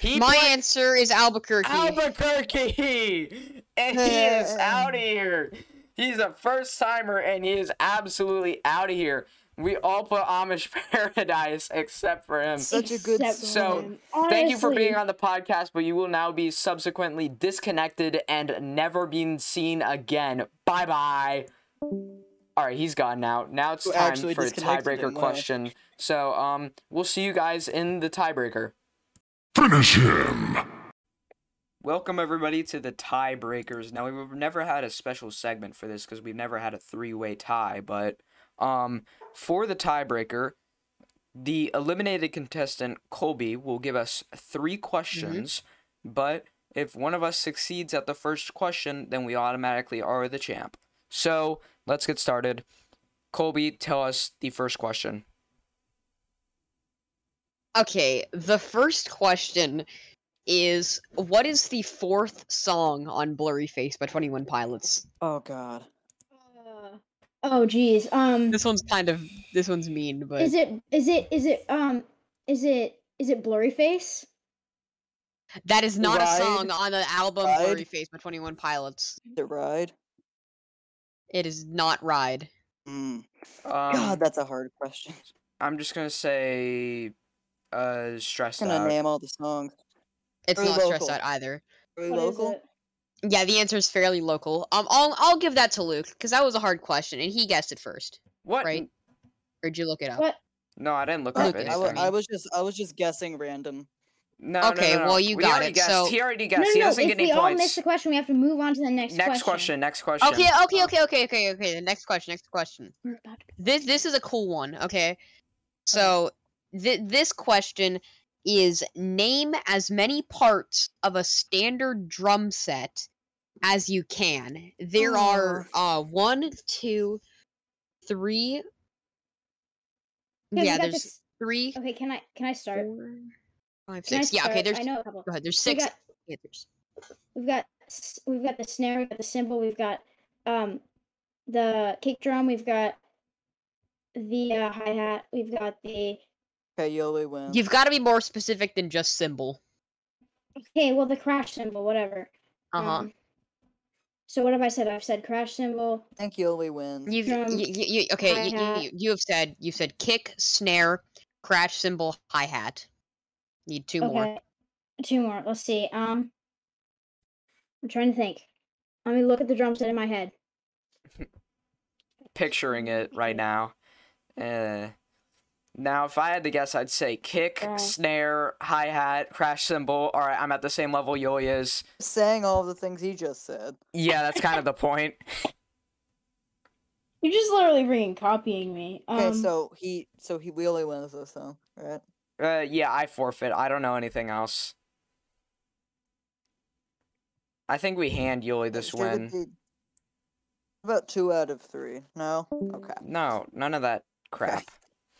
Speaker 1: he
Speaker 3: My
Speaker 1: played-
Speaker 3: answer Uh. is Albuquerque.
Speaker 1: Albuquerque, and he is out of here. He's a first timer, and he is absolutely out of here. We all put Amish Paradise except for him.
Speaker 5: Such a good
Speaker 4: Except
Speaker 1: So,
Speaker 4: him.
Speaker 1: Thank you for being
Speaker 4: Honestly,
Speaker 1: on the podcast, but you will now be subsequently disconnected and never being seen again. Bye bye. All right, he's gone now. Now it's
Speaker 5: You
Speaker 1: time
Speaker 5: actually
Speaker 1: for a
Speaker 5: disconnected
Speaker 1: tiebreaker
Speaker 5: him, huh?
Speaker 1: question. So, um, we'll see you guys in the tiebreaker.
Speaker 2: Finish him!
Speaker 1: Welcome everybody to the tiebreakers. Now we've never had a special segment for this because we've never had a three-way tie, but um for the tiebreaker, The eliminated contestant, Colby, will give us three questions, but if one of us succeeds at the first question, then we automatically are the champ. So let's get started. Colby, tell us the first question.
Speaker 3: Okay, the first question is what is the fourth song on Blurry Face by 21 Pilots?
Speaker 5: Oh God.
Speaker 4: Uh, oh geez. Um
Speaker 3: This one's kind of this one's mean, but
Speaker 4: is it is it is it um is it is it blurry face?
Speaker 3: that is not a
Speaker 5: Ride?
Speaker 3: song on the album
Speaker 5: Ride?
Speaker 3: Blurry Face by 21 Pilots.
Speaker 5: The ride.
Speaker 3: It is not Ride.
Speaker 5: Mm.
Speaker 1: Um,
Speaker 5: God, that's a hard question.
Speaker 1: I'm just gonna say, uh, stressed
Speaker 5: I'm gonna
Speaker 1: out.
Speaker 5: name all the songs.
Speaker 3: It's
Speaker 5: Very
Speaker 3: not stressed
Speaker 5: local.
Speaker 3: out either.
Speaker 5: Are we
Speaker 4: What is
Speaker 5: local?
Speaker 4: it?
Speaker 3: Yeah, the answer is fairly local. Um, I'll I'll give that to Luke because that was a hard question and he guessed it first,
Speaker 1: what?
Speaker 3: right? Or did you look it up?
Speaker 4: What?
Speaker 1: No, I didn't look
Speaker 3: Look
Speaker 1: up
Speaker 3: it
Speaker 5: I,
Speaker 1: anything.
Speaker 3: up.
Speaker 5: wa- I was just I was just guessing random.
Speaker 1: no, no,
Speaker 3: Okay,
Speaker 1: no, no.
Speaker 3: well, you
Speaker 1: We
Speaker 3: got
Speaker 1: already
Speaker 3: it,
Speaker 1: Guessed.
Speaker 3: so-
Speaker 1: he already
Speaker 4: No,
Speaker 1: guessed.
Speaker 4: no,
Speaker 1: he
Speaker 4: no. If
Speaker 1: doesn't
Speaker 4: we
Speaker 1: get any
Speaker 4: all
Speaker 1: points.
Speaker 4: miss the question, we have to move on to the next,
Speaker 1: next question. Next question.
Speaker 3: Okay, okay,
Speaker 1: Uh,
Speaker 3: okay, okay, okay, okay. The next question, next question.
Speaker 4: We're about to-
Speaker 3: This this is a cool one. Okay, so th- this question is name as many parts of a standard drum set as you can. There are uh one, two, three.
Speaker 4: Okay, we
Speaker 3: Yeah,
Speaker 4: got
Speaker 3: there's
Speaker 4: this-
Speaker 3: three,
Speaker 4: Okay, can I can I start?
Speaker 3: four, five,
Speaker 4: Can I
Speaker 3: six. Yeah, okay.
Speaker 4: start?
Speaker 3: There's
Speaker 4: I
Speaker 3: go
Speaker 4: know a couple.
Speaker 3: ahead. There's
Speaker 4: We
Speaker 3: six
Speaker 4: got
Speaker 3: answers.
Speaker 4: we've got s- we've got the snare, we've got the cymbal, we've got um the kick drum, we've got the uh, hi hat, we've got the
Speaker 5: Okay, Yoli
Speaker 4: Oh.
Speaker 5: wins.
Speaker 3: You've got to be more specific than just symbol.
Speaker 4: okay, well the crash cymbal, whatever.
Speaker 3: Uh huh.
Speaker 4: Um, so what have I said? I've said crash cymbal.
Speaker 5: I think Yoli wins.
Speaker 3: You've
Speaker 4: Drum,
Speaker 3: you, you, okay. You, you,
Speaker 4: hi-hat.
Speaker 3: you- you have said you have said kick, snare, crash cymbal, hi hat. Need two
Speaker 4: okay,
Speaker 3: more.
Speaker 4: two more. Let's see. Um, I'm trying to think. Let me look at the drum set in my head.
Speaker 1: Picturing it right now. Uh, now, if I had to guess, I'd say kick,
Speaker 4: Uh.
Speaker 1: snare, hi hat, crash cymbal. All right, I'm at the same level Yoli is.
Speaker 5: Saying all of the things he just said.
Speaker 1: Yeah, that's kind of the point.
Speaker 4: You're just literally freaking copying me.
Speaker 5: Okay,
Speaker 4: Um,
Speaker 5: so he so he Yoli wins this though, right?
Speaker 1: Uh, yeah, I forfeit. I don't know anything else. I think we hand Yuli this
Speaker 5: Sure
Speaker 1: win.
Speaker 5: did he- About two out of three. No. Okay.
Speaker 1: No, none of that crap.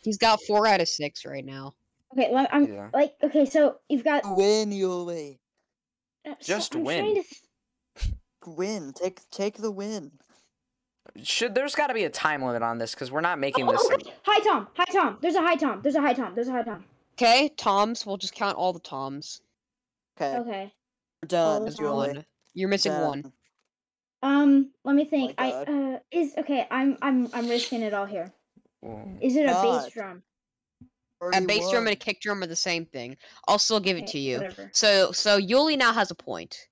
Speaker 3: He's got four out of six right now.
Speaker 4: okay, let, I'm
Speaker 1: Yeah.
Speaker 4: like okay. So you've got
Speaker 5: Win, Yoli.
Speaker 4: uh, so
Speaker 1: Just
Speaker 4: I'm trying
Speaker 1: win.
Speaker 4: to th-
Speaker 5: Win. Take take the win.
Speaker 1: Should there's got to be a time limit on this because we're not making
Speaker 4: Oh,
Speaker 1: this.
Speaker 4: oh, God. hi Tom. Hi Tom. There's a hi Tom. There's a hi Tom. There's a hi Tom.
Speaker 3: Okay, toms. We'll just count all the toms.
Speaker 5: Okay.
Speaker 4: Okay.
Speaker 5: We're done,
Speaker 4: There's
Speaker 3: There's
Speaker 5: Yoli.
Speaker 3: one. You're missing one.
Speaker 5: Done.
Speaker 4: Um, let me think.
Speaker 5: my
Speaker 4: I
Speaker 5: God.
Speaker 4: uh is okay. I'm I'm I'm risking it all here.
Speaker 1: Ooh.
Speaker 4: Is it a
Speaker 5: God.
Speaker 4: bass drum?
Speaker 3: A
Speaker 5: Already
Speaker 3: bass drum and a
Speaker 5: won.
Speaker 3: kick drum are the same thing. I'll still give it
Speaker 4: Okay,
Speaker 3: to you.
Speaker 4: Whatever.
Speaker 3: So so Yuli now has a point.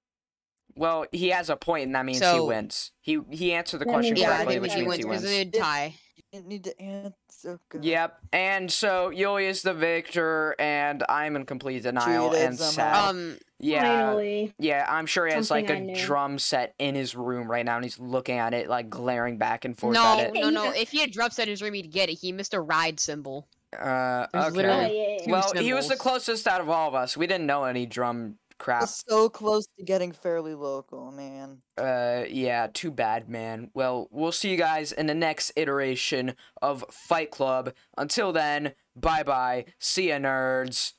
Speaker 1: Well, he has a point, and that means he
Speaker 3: So-
Speaker 1: wins. He he answered the
Speaker 4: That
Speaker 1: question
Speaker 4: means-
Speaker 3: Yeah, I
Speaker 1: correctly,
Speaker 3: think
Speaker 1: which
Speaker 3: he
Speaker 1: means
Speaker 3: wins
Speaker 1: he
Speaker 3: because
Speaker 1: wins.
Speaker 3: of a tie.
Speaker 5: Didn't need to answer. God.
Speaker 1: Yep. And so Yuli is the victor, and I'm in complete denial
Speaker 5: Cheated
Speaker 1: and
Speaker 5: somehow.
Speaker 1: sad.
Speaker 3: Um,
Speaker 1: yeah.
Speaker 4: Finally.
Speaker 1: Yeah, I'm sure he has like
Speaker 4: Something
Speaker 1: a
Speaker 4: I knew.
Speaker 1: drum set in his room right now, and he's looking at it, like glaring back and forth
Speaker 3: no,
Speaker 1: at it.
Speaker 3: no,
Speaker 4: He
Speaker 3: no.
Speaker 4: just-
Speaker 3: If he had drops at his room, he'd get it. He missed a ride symbol.
Speaker 1: Uh,
Speaker 3: There's
Speaker 1: okay.
Speaker 4: Oh,
Speaker 3: literally-
Speaker 4: yeah, yeah, yeah.
Speaker 1: well, he was the
Speaker 3: symbols.
Speaker 1: closest out of all of us. We didn't know any drum
Speaker 5: I
Speaker 1: crap.
Speaker 5: was so close to getting fairly local, man.
Speaker 1: Uh, yeah, too bad, man. Well, we'll see you guys in the next iteration of Fight Club. Until then, bye bye. See ya, nerds.